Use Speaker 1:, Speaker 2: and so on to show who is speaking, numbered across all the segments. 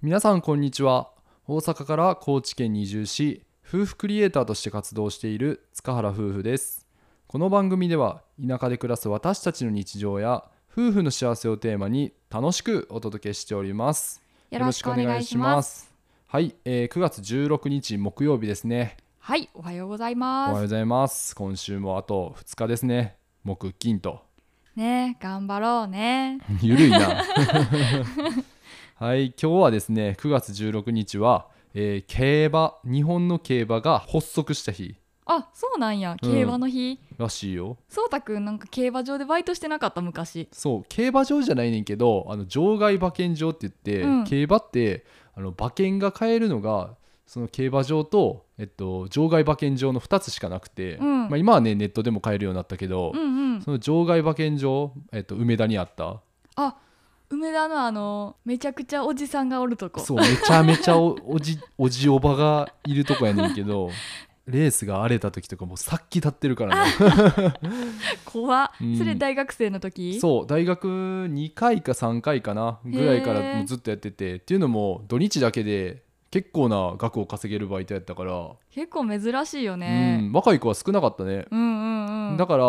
Speaker 1: 皆さんこんにちは大阪から高知県に移住し夫婦クリエイターとして活動している塚原夫婦ですこの番組では田舎で暮らす私たちの日常や夫婦の幸せをテーマに楽しくお届けしております
Speaker 2: よろしくお願いします。
Speaker 1: すはい、えー9月16日木曜日ですね
Speaker 2: はい、おはようござい
Speaker 1: おはよう
Speaker 2: ま
Speaker 1: ございます今週もあと2日ですね木金と
Speaker 2: す。ね、頑張ろうね。
Speaker 1: ゆるい なはい今日はですね9月16日は、えー競馬日本の競馬が発足した日
Speaker 2: あ、そうなんや。
Speaker 1: うん
Speaker 2: 競馬の日。
Speaker 1: らしいよ
Speaker 2: そうたくんなんか競馬場でバイトしてなかった昔。
Speaker 1: そう競馬場じゃないねんけどあの場外馬券場って言って、
Speaker 2: うん
Speaker 1: 競馬ってあの馬券が買えるのがその競馬場と、えっと、場外馬券場の2つしかなくて、
Speaker 2: うん
Speaker 1: まあ、今はねネットでも買えるようになったけど、
Speaker 2: うんうん
Speaker 1: そ。の場外馬券場、えっと、梅田にあった
Speaker 2: あ、梅田のあのめちゃくちゃおじさんがおるとこ。
Speaker 1: そうめちゃめちゃ おおじおじおばがいるとこやねんけどレースが荒れた時とかもうさっき立ってるからね
Speaker 2: 怖っ
Speaker 1: うん。
Speaker 2: それ大学生の時。
Speaker 1: そう大学2回か3回かなぐらいからもうずっとやっててっていうのも土日だけで結構な額を稼げるバイトやったから、
Speaker 2: 結構珍しいよ
Speaker 1: う
Speaker 2: ね。
Speaker 1: ん、若い子は少なかったね、
Speaker 2: うんうんうん。
Speaker 1: だから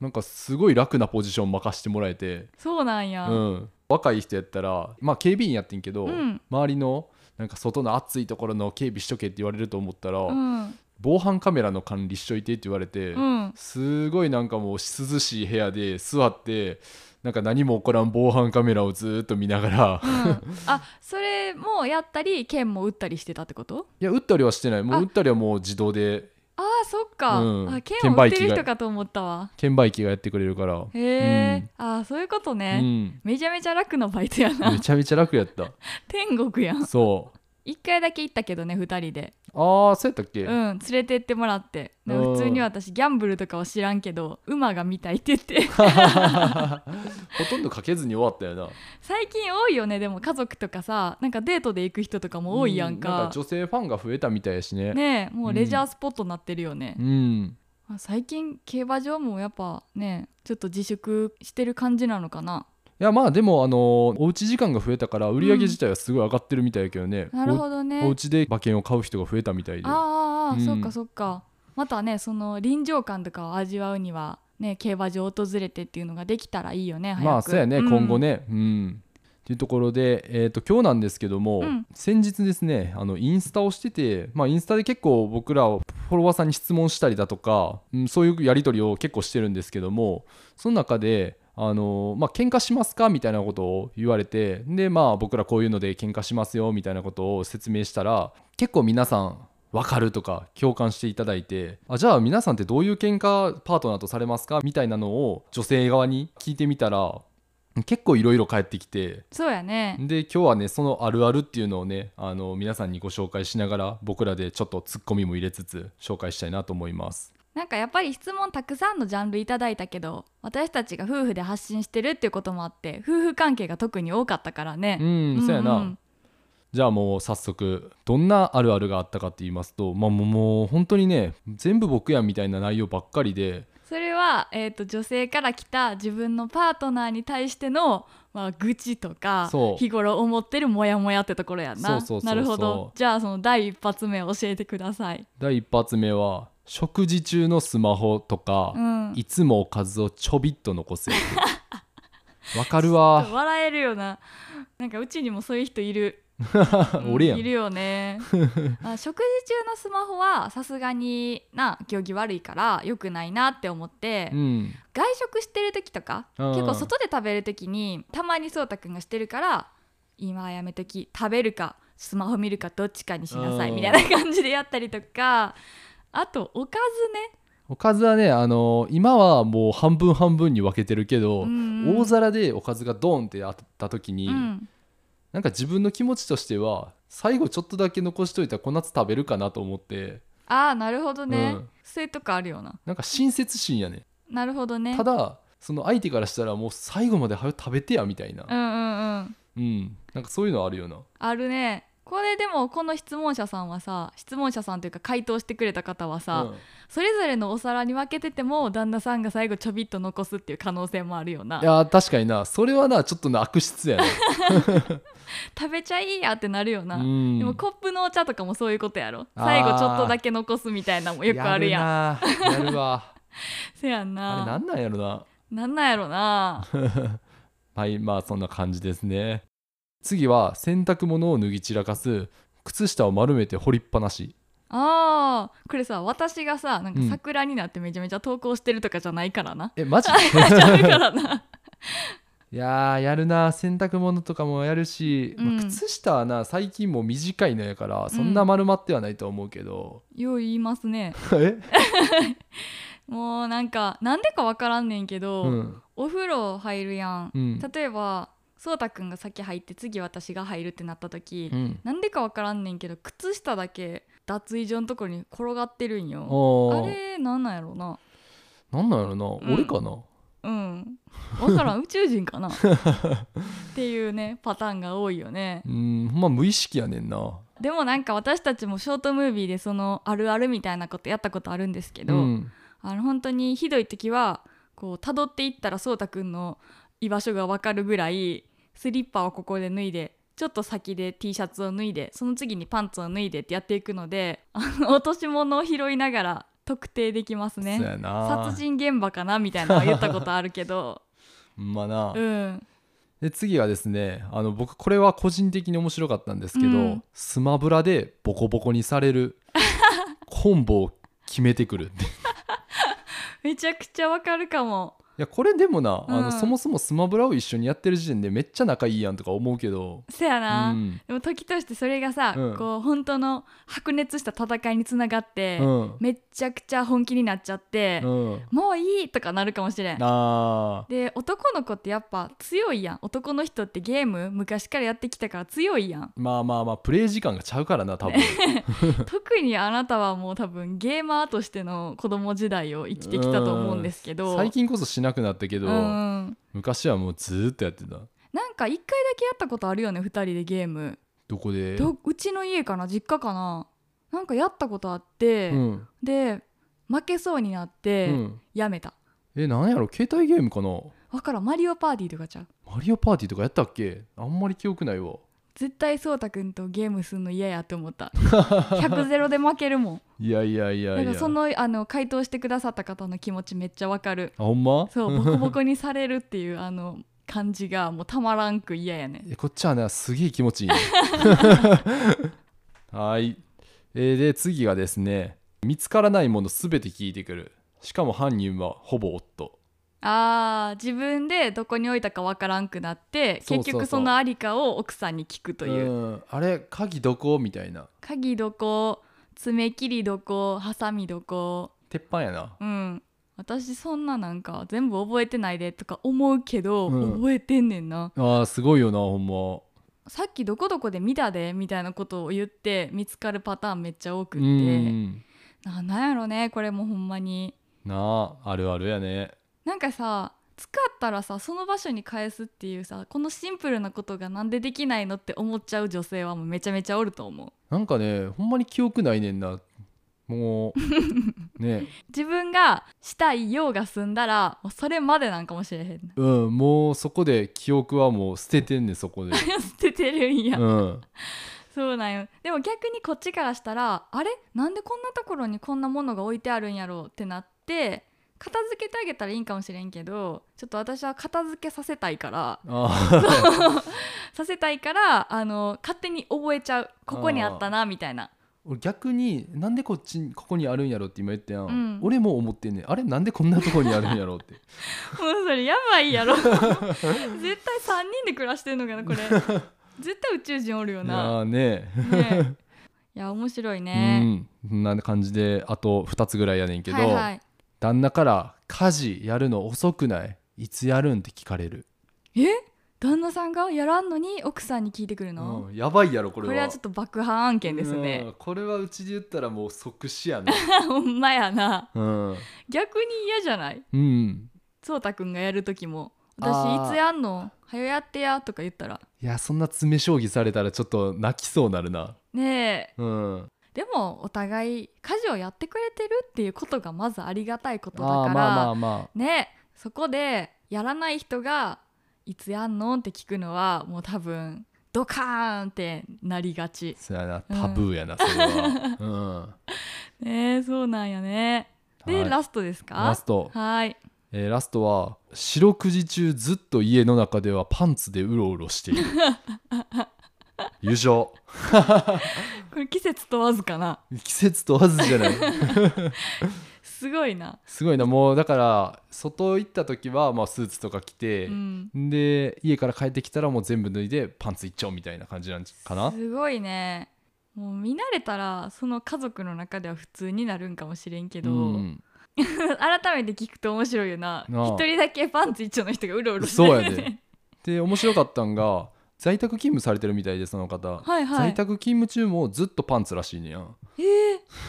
Speaker 1: なんかすごい楽なポジション任してもらえて、
Speaker 2: そうなんや。
Speaker 1: う
Speaker 2: うん
Speaker 1: ん、若い人やったら、まあ、警備員やってんけど、
Speaker 2: うん
Speaker 1: 周りのなんか外の暑いところの警備しとけって言われると思ったら、
Speaker 2: うん
Speaker 1: 防犯カメラの管理しといてって言われて、
Speaker 2: うん。
Speaker 1: すごいなんかもう涼しい部屋で座ってなんか何も起こらん防犯カメラをずーっと見ながら
Speaker 2: あ、それもやったり剣も打ったりしてたってこと？
Speaker 1: いや打ったりはしてないも
Speaker 2: あ
Speaker 1: う打ったりはもう自動で
Speaker 2: あー、そっか。
Speaker 1: うん
Speaker 2: あ、剣を打ってる人かと思ったわ。
Speaker 1: 券売機がやってくれるから、
Speaker 2: へえ、あーそういうこと
Speaker 1: う
Speaker 2: ね、
Speaker 1: ん、
Speaker 2: めちゃめちゃ楽なバイトや
Speaker 1: め
Speaker 2: な
Speaker 1: ちゃめちゃ楽やった
Speaker 2: 天国やん
Speaker 1: そう
Speaker 2: 一回だけ行ったけどね2人で
Speaker 1: ああそうやったっけ、
Speaker 2: うん連れてってもらってでも
Speaker 1: うん
Speaker 2: 普通に私ギャンブルとかは知らんけど馬が見たいって言 って
Speaker 1: ほとんどかけずに終わったよな
Speaker 2: 最近多いよねでも家族とかさなんかデートで行く人とかも多いやん
Speaker 1: うな
Speaker 2: か
Speaker 1: んか,、女性ファンが増えたみたいやしね
Speaker 2: ねえもうレジャースポットになってるよね
Speaker 1: う、ん
Speaker 2: まあ最近競馬場もやっぱねちょっと自粛してる感じなのかない
Speaker 1: やまあでもあのーおうち時間が増えたから売り上げ自体はすごい上がってるみたいやけどね、
Speaker 2: なるほどね
Speaker 1: おお家で馬券を買う人が増えたみたいで
Speaker 2: ああああ、
Speaker 1: うん
Speaker 2: そっかそっかまたねその臨場感とかを味わうにはね競馬場を訪れてっていうのができたらいいよね早く
Speaker 1: まあそうやね、
Speaker 2: ん
Speaker 1: 今後ねうんっていうところで、えー、と今日なんですけども、
Speaker 2: うん
Speaker 1: 先日ですねあのインスタをしてて、まあ、インスタで結構僕らをフォロワーさんに質問したりだとか、うん、そういうやり取りを結構してるんですけどもその中であのまあ喧嘩しますかみたいなことを言われてでまあ僕らこういうので喧嘩しますよみたいなことを説明したら結構皆さん分かるとか共感していただいてあじゃあ皆さんってどういう喧嘩パートナーとされますかみたいなのを女性側に聞いてみたら結構いろいろ返ってきて
Speaker 2: そうやね
Speaker 1: で今日はねそのあるあるっていうのをねあの皆さんにご紹介しながら僕らでちょっとツッコミも入れつつ紹介したいなと思います。
Speaker 2: なんかやっぱり質問たくさんのジャンルいただいたけど私たちが夫婦で発信してるっていうこともあって夫婦関係が特に多かったからね
Speaker 1: うん、そうやな、じゃあもう早速どんなあるあるがあったかって言いますと、まあ、もうもう本当にね全部僕やんみたいな内容ばっかりで
Speaker 2: それは、えー、と女性から来た自分のパートナーに対しての、まあ、愚痴とか
Speaker 1: そう
Speaker 2: 日頃思ってるモヤモヤってところやな
Speaker 1: そうそうそうそう
Speaker 2: なるほどじゃあその第一発目教えてください、
Speaker 1: 第一発目は食事中のスマホとか、
Speaker 2: うん、
Speaker 1: いつもおかずをちょびっと残 すわかるわ
Speaker 2: 笑えるよななんかうちにもそういう人 いる、うん
Speaker 1: 俺や
Speaker 2: い
Speaker 1: ん
Speaker 2: る よねあ食事中のスマホはさすがにな行儀悪いから良くないなって思って、
Speaker 1: うん
Speaker 2: 外食してる時とか
Speaker 1: うん
Speaker 2: 結構外で食べる時にたまにそうたくんがしてるから今はやめとき食べるかスマホ見るかどっちかにしなさい
Speaker 1: うん
Speaker 2: みたいな感じでやったりとかあとおかずね
Speaker 1: おかずはねあのー今はもう半分半分に分けてるけど、
Speaker 2: うんうん
Speaker 1: 大皿でおかずがドーンってあった時に、
Speaker 2: うん
Speaker 1: なんか自分の気持ちとしては最後ちょっとだけ残しといたらこの夏食べるかなと思って
Speaker 2: ああなるほどね、
Speaker 1: うん
Speaker 2: そういうとこあるよな
Speaker 1: なんか親切心やね
Speaker 2: なるほどね
Speaker 1: ただその相手からしたらもう最後まで早く食べてやみたいな
Speaker 2: うんうんうん
Speaker 1: うん、なんかそういうのあるよな
Speaker 2: あるねこれでもこの質問者さんはさ質問者さんというか回答してくれた方はさ、
Speaker 1: うん
Speaker 2: それぞれのお皿に分けてても旦那さんが最後ちょびっと残すっていう可能性もあるよない
Speaker 1: やー確かになそれはなちょっとな悪質やね、
Speaker 2: 食べちゃいいやってなるよな、
Speaker 1: うん
Speaker 2: でもコップのお茶とかもそういうことやろ
Speaker 1: あー
Speaker 2: 最後ちょっとだけ残すみたいなのもよくあるやん
Speaker 1: やるなやる わ
Speaker 2: せ
Speaker 1: あ
Speaker 2: やん
Speaker 1: れな
Speaker 2: なん
Speaker 1: なんやろな
Speaker 2: なんなんや ろな
Speaker 1: はいまあそんな感じですね次は洗濯物を脱ぎ散らかす靴下を丸めて掘りっぱなし
Speaker 2: あーこれさ私がさなんか
Speaker 1: うん
Speaker 2: 桜になってめちゃめちゃ投稿してるとかじゃないから な
Speaker 1: えマジ
Speaker 2: ちゃうから ない
Speaker 1: やーやるな洗濯物とかもやるし、まあ
Speaker 2: うん
Speaker 1: 靴下はな最近もう短いのやからそんな丸まってはないと思うけ ど、
Speaker 2: よう言いますね
Speaker 1: え、
Speaker 2: もうなんかなんでかわからんねんけど、
Speaker 1: うん
Speaker 2: お風呂入るやん、
Speaker 1: うん
Speaker 2: 例えばそうたくんが先入って次私が入るってなった時、
Speaker 1: うん、
Speaker 2: なんでかわからんねんけど靴下だけ脱衣所のところに転がってるんよあ
Speaker 1: おー
Speaker 2: れなんなんやろな
Speaker 1: なんなんやろな、
Speaker 2: ん
Speaker 1: 俺かな
Speaker 2: うんわからん宇宙人かなっていうねパターンが多いよね
Speaker 1: うんほんま無意識やねんな
Speaker 2: でもなんか私たちもショートムービーでそのあるあるみたいなことやったことあるんですけど、
Speaker 1: うん、
Speaker 2: あの本当にひどい時はこう辿っていったらそうたくんの居場所がわかるぐらいスリッパをここで脱いでちょっと先で T シャツを脱いでその次にパンツを脱いでってやっていくのであの落とし物を拾いながら特定できます
Speaker 1: そう
Speaker 2: ね
Speaker 1: やな
Speaker 2: 殺人現場かなみたいなのは言ったことある けど
Speaker 1: ほんまな、
Speaker 2: うん
Speaker 1: で次はですねあの僕これは個人的に面白かったんですけど、
Speaker 2: うん
Speaker 1: スマブラでボコボコにされるコンボを決めてくるってい
Speaker 2: めちゃくちゃわかるかも
Speaker 1: やこれでもな、あ
Speaker 2: う
Speaker 1: の
Speaker 2: ん
Speaker 1: そもそもスマブラを一緒にやってる時点でめっちゃ仲いいやんとか思うけど、
Speaker 2: せや
Speaker 1: う
Speaker 2: な、
Speaker 1: ん
Speaker 2: でも時としてそれがさ、
Speaker 1: うん
Speaker 2: こう本当の白熱した戦いにつながって、
Speaker 1: うん
Speaker 2: めっちゃくちゃ本気になっちゃって、
Speaker 1: うん、
Speaker 2: もういいとかなるかもしれん。
Speaker 1: あー
Speaker 2: で男の子ってやっぱ強いやん男の人ってゲーム昔からやってきたから強いや ん
Speaker 1: まあまあまあプレイ時間がちゃうからな多分
Speaker 2: 特にあなたはもう多分ゲーマーとしての子供時代を生きてきたと思うんですけど
Speaker 1: 最近こそしなくなったけど、
Speaker 2: うん
Speaker 1: 昔はもうずーっとやってた
Speaker 2: なんか一回だけやったことあるよね2人でゲーム
Speaker 1: どこで
Speaker 2: どうちの家かな実家かななんかやったことあって、
Speaker 1: うん
Speaker 2: で負けそうになって、
Speaker 1: うん、
Speaker 2: やめた
Speaker 1: えなんやろ携帯ゲームかな
Speaker 2: わからんマリオパーティーとかちゃう
Speaker 1: マリオパーティーとかやったっけあんまり記憶ないわ
Speaker 2: 絶対そうたくんとゲームするの嫌やって思った 100ゼロで負けるもん
Speaker 1: いやいやいやいや
Speaker 2: なんかそのあの回答してくださった方の気持ちめっちゃわかる
Speaker 1: あほんま
Speaker 2: そうボコボコにされるっていうあの感じがもうたまらんく嫌やね
Speaker 1: えこっちはねすげえ気持 ちいいねはい、えーで次がですね見つからないものすべて聞いてくるしかも犯人はほぼ夫
Speaker 2: あー自分でどこに置いたかわからんくなって
Speaker 1: そうそうそう
Speaker 2: 結局そのありかを奥さんに聞くという
Speaker 1: うんあれ鍵どこみたいな
Speaker 2: 鍵どこ爪切りどこハサミどこ
Speaker 1: 鉄板やな
Speaker 2: うん私そんななんか全部覚えてないでとか思うけど、
Speaker 1: うん
Speaker 2: 覚えてんねんな
Speaker 1: あーすごいよなほんま
Speaker 2: さっきどこどこで見たでみたいなことを言って見つかるパターンめっちゃ多く
Speaker 1: う
Speaker 2: って、
Speaker 1: ん
Speaker 2: ななんやろねこれもほんまに
Speaker 1: なああるあるやね
Speaker 2: なんかさ使ったらさその場所に返すっていうさこのシンプルなことがなんでできないのって思っちゃう女性はもうめちゃめちゃおると思う
Speaker 1: なんかねほんまに記憶ないねんなも うね
Speaker 2: 自分がしたい用が済んだらもうそれまでなんかもしれへん な
Speaker 1: うんもうそこで記憶はもう捨ててんねんそこで
Speaker 2: 捨ててるんや、
Speaker 1: うん
Speaker 2: そうなんよでも逆にこっちからしたらあれなんでこんなところにこんなものが置いてあるんやろうってなって片付けてあげたらいいんかもしれんけどちょっと私は片付けさせたいから
Speaker 1: あ
Speaker 2: させたいからあの勝手に覚えちゃうここにあったなみたいな
Speaker 1: 俺逆になんでこっちにここにあるんやろって今言ったやん、
Speaker 2: うん
Speaker 1: 俺も思ってんねんあれなんでこんなとこにあるんやろって
Speaker 2: もうそれやばい やろ絶対3人で暮らしてんのかなこれ絶対宇宙人おるよ
Speaker 1: いや
Speaker 2: な、
Speaker 1: ーね
Speaker 2: ね、いや面白いね、
Speaker 1: うんそんな感じであと2つぐらいやねんけど、
Speaker 2: はいはい
Speaker 1: 旦那から「家事やるの遅くないいつやるん?」って聞かれる、
Speaker 2: え旦那さんがやらんのに奥さんに聞いてくるの、
Speaker 1: うんやばいやろこ
Speaker 2: こ
Speaker 1: れ
Speaker 2: れ
Speaker 1: は
Speaker 2: はちょっと爆破案件ですね、
Speaker 1: うんこれはうちで言ったらもう即死やね
Speaker 2: ほんまやな
Speaker 1: うん、
Speaker 2: 逆に嫌じゃない
Speaker 1: うん、
Speaker 2: そうたくんがやる時も
Speaker 1: あー
Speaker 2: 私いつやんのはよやってやとか言ったら
Speaker 1: いやそんな詰将棋されたらちょっと泣きそうなるな
Speaker 2: ねえ
Speaker 1: うん
Speaker 2: でもお互い家事をやってくれてるっていうことがまずありがたいことだから
Speaker 1: あーまあまあま
Speaker 2: ねえそこでやらない人がいつやんのって聞くのはもう多分ドカーンってなりがち
Speaker 1: あそやなタブーやな、それ は、
Speaker 2: ねえそうなんやね
Speaker 1: うん、
Speaker 2: で、
Speaker 1: はい
Speaker 2: ラストですか
Speaker 1: ラスト、
Speaker 2: はい
Speaker 1: えーラストは四六時中ずっと家の中ではパンツでうろうろして いる優勝
Speaker 2: これ季節問わずかな
Speaker 1: 季節問わずじゃない
Speaker 2: すごいな
Speaker 1: すごいなもうだから外行った時はまあスーツとか着て、
Speaker 2: うん
Speaker 1: で家から帰ってきたらもう全部脱いでパンツ一丁みたいな感じなんかな
Speaker 2: すごいねもう見慣れたらその家族の中では普通になるんかもしれんけど、
Speaker 1: うん、
Speaker 2: 改めて聞くと面白いよな
Speaker 1: なあ
Speaker 2: 一人だけパンツ一丁の人がうろうろして
Speaker 1: そうや
Speaker 2: る
Speaker 1: で
Speaker 2: ね
Speaker 1: で面白かったんが在宅勤務されてるみたいでその方、
Speaker 2: はいは
Speaker 1: 在
Speaker 2: い
Speaker 1: 宅勤務中もずっとパンツらしいねやん
Speaker 2: え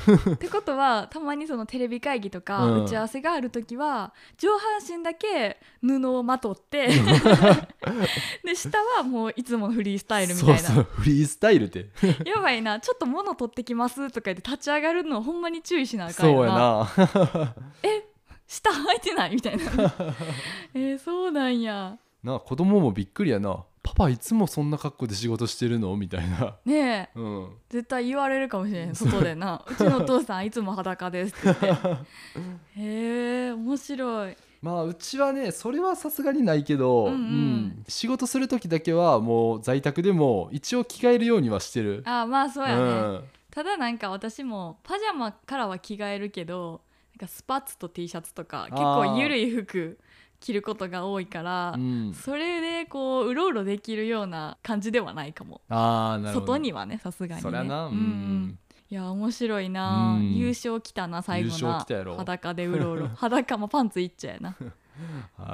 Speaker 2: ーってことはたまにそのテレビ会議とか
Speaker 1: うん
Speaker 2: 打ち合わせがある時は、上半身だけ布をまとって で下はもういつものフリースタイルみたいな
Speaker 1: そうそうフリースタイルって
Speaker 2: やばいなちょっと物取ってきますとか言って立ち上がるのほんまに注意しなあかん
Speaker 1: そう
Speaker 2: よ
Speaker 1: や
Speaker 2: な
Speaker 1: な
Speaker 2: 下履いてないみた いなえー、そうなんや
Speaker 1: な子供もびっくりやなパパいつもそんな格好で仕事してるのみたいな
Speaker 2: ねえ
Speaker 1: うん
Speaker 2: 絶対言われるかもしれん外でなうちのお父さんいつも裸ですっ て言ってへえ面白い
Speaker 1: まあうちはねそれはさすがにないけど、
Speaker 2: うんうん
Speaker 1: 仕事する時だけはもう在宅でも一応着替えるようにはしてる
Speaker 2: あまあそうやね、
Speaker 1: うん
Speaker 2: ただなんか私もパジャマからは着替えるけどなんかスパッツと T シャツとか結構ゆるい服着ることが多いから、
Speaker 1: うん
Speaker 2: それでこううろうろできるような感じではないかも
Speaker 1: ああなるほど
Speaker 2: 外にはねさすがにね
Speaker 1: そりゃな
Speaker 2: う
Speaker 1: うんん、
Speaker 2: うんいや面白いな、
Speaker 1: うん
Speaker 2: 優勝来たな最後
Speaker 1: 優勝
Speaker 2: な
Speaker 1: 来たやろ
Speaker 2: 裸でうろう ろ裸もパンツいっちゃうやな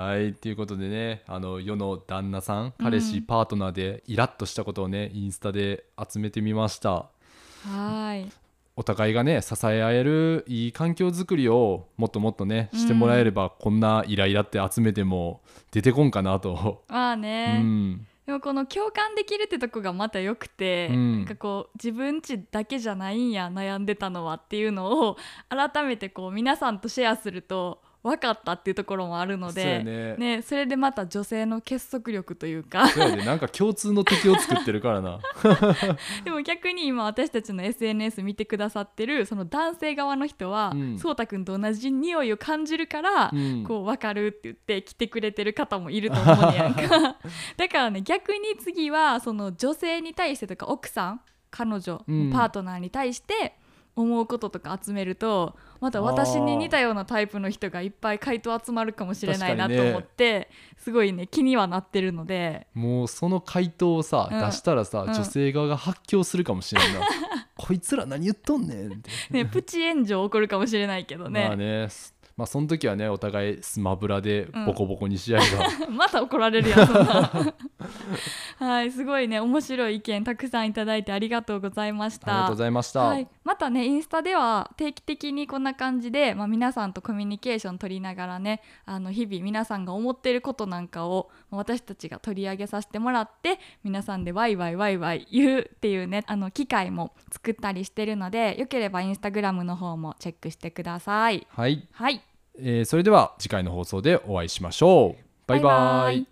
Speaker 1: はいということでねあの世の旦那さん
Speaker 2: うん
Speaker 1: 彼氏パートナーでイラッとしたことをねインスタで集めてみました
Speaker 2: はーい
Speaker 1: お互いがね支え合えるいい環境づくりをもっともっとねしてもらえれば、こんなイライラって集めても出てこんかなと、
Speaker 2: まあね、
Speaker 1: うん
Speaker 2: でもこの共感できるってとこがまたよくて、
Speaker 1: うん
Speaker 2: なんかこう自分ちだけじゃないんや悩んでたのはっていうのを改めてこう皆さんとシェアすると分かったっていうところもあるの
Speaker 1: そうや
Speaker 2: で
Speaker 1: ね
Speaker 2: ね、それでまた女性の結束力とい うか
Speaker 1: そうやでなんか共通の敵を作ってるから な
Speaker 2: でも逆に今私たちの SNS 見てくださってるその男性側の人は
Speaker 1: うん
Speaker 2: そうたくんと同じ匂いを感じるから、
Speaker 1: うん
Speaker 2: こう分かるって言って来てくれてる方もいると思うねや んかだからね逆に次はその女性に対してとか奥さん彼女、
Speaker 1: うん
Speaker 2: パートナーに対して思うこととか集めるとまた私に似たようなタイプの人がいっぱい回答集まるかもしれないなと思って、すごいね気にはなってるので
Speaker 1: もうその回答をさ、
Speaker 2: うん
Speaker 1: 出したらさ、
Speaker 2: ん
Speaker 1: 女性側が発狂するかもしれ んなこいつら何言っとんねんって、
Speaker 2: ねプチ炎上起こるかもしれないけどね。
Speaker 1: まあねまあその時はねお互いスマブラでボコボコにし合え ば、
Speaker 2: また怒られるやんそんな はいすごいね面白い意見たくさんいただいてありがとうございまし
Speaker 1: ありが
Speaker 2: た
Speaker 1: とうございました、
Speaker 2: はい、またねインスタでは定期的にこんな感じで、まあ、皆さんとコミュニケーション取りながらねあの日々皆さんが思ってることなんかをまあ私たちが取り上げさせてもらって皆さんでワイワイワイワイ言うっていうねあの機会も作ったりしてるのでよければインスタグラムの方もチェックしてください。
Speaker 1: はい
Speaker 2: はい
Speaker 1: えーそれでは次回の放送でお会いしましょうバイバイ